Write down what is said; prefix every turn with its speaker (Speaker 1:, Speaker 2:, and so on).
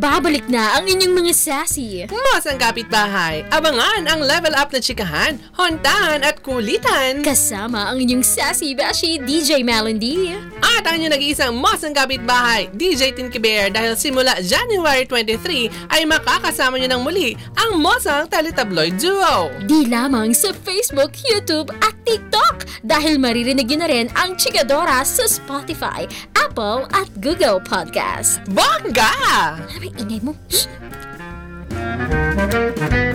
Speaker 1: Babalik na ang inyong mga sassy.
Speaker 2: Mas ang kapitbahay, abangan ang level up na chikahan, hontahan at kulitan.
Speaker 1: Kasama ang inyong sassy bashi DJ Melody.
Speaker 2: At ang inyong nag-iisang Mas ang kapitbahay, DJ Tinky Bear dahil simula January 23 ay makakasama niyo ng muli ang Mosang Teletabloid Duo.
Speaker 1: Di lamang sa Facebook, YouTube at TikTok dahil maririnig nyo na rin ang Chikadora sa Spotify, Apple at Google Podcast.
Speaker 2: Bongga!
Speaker 1: Ano ba yung ingay mo? Shh!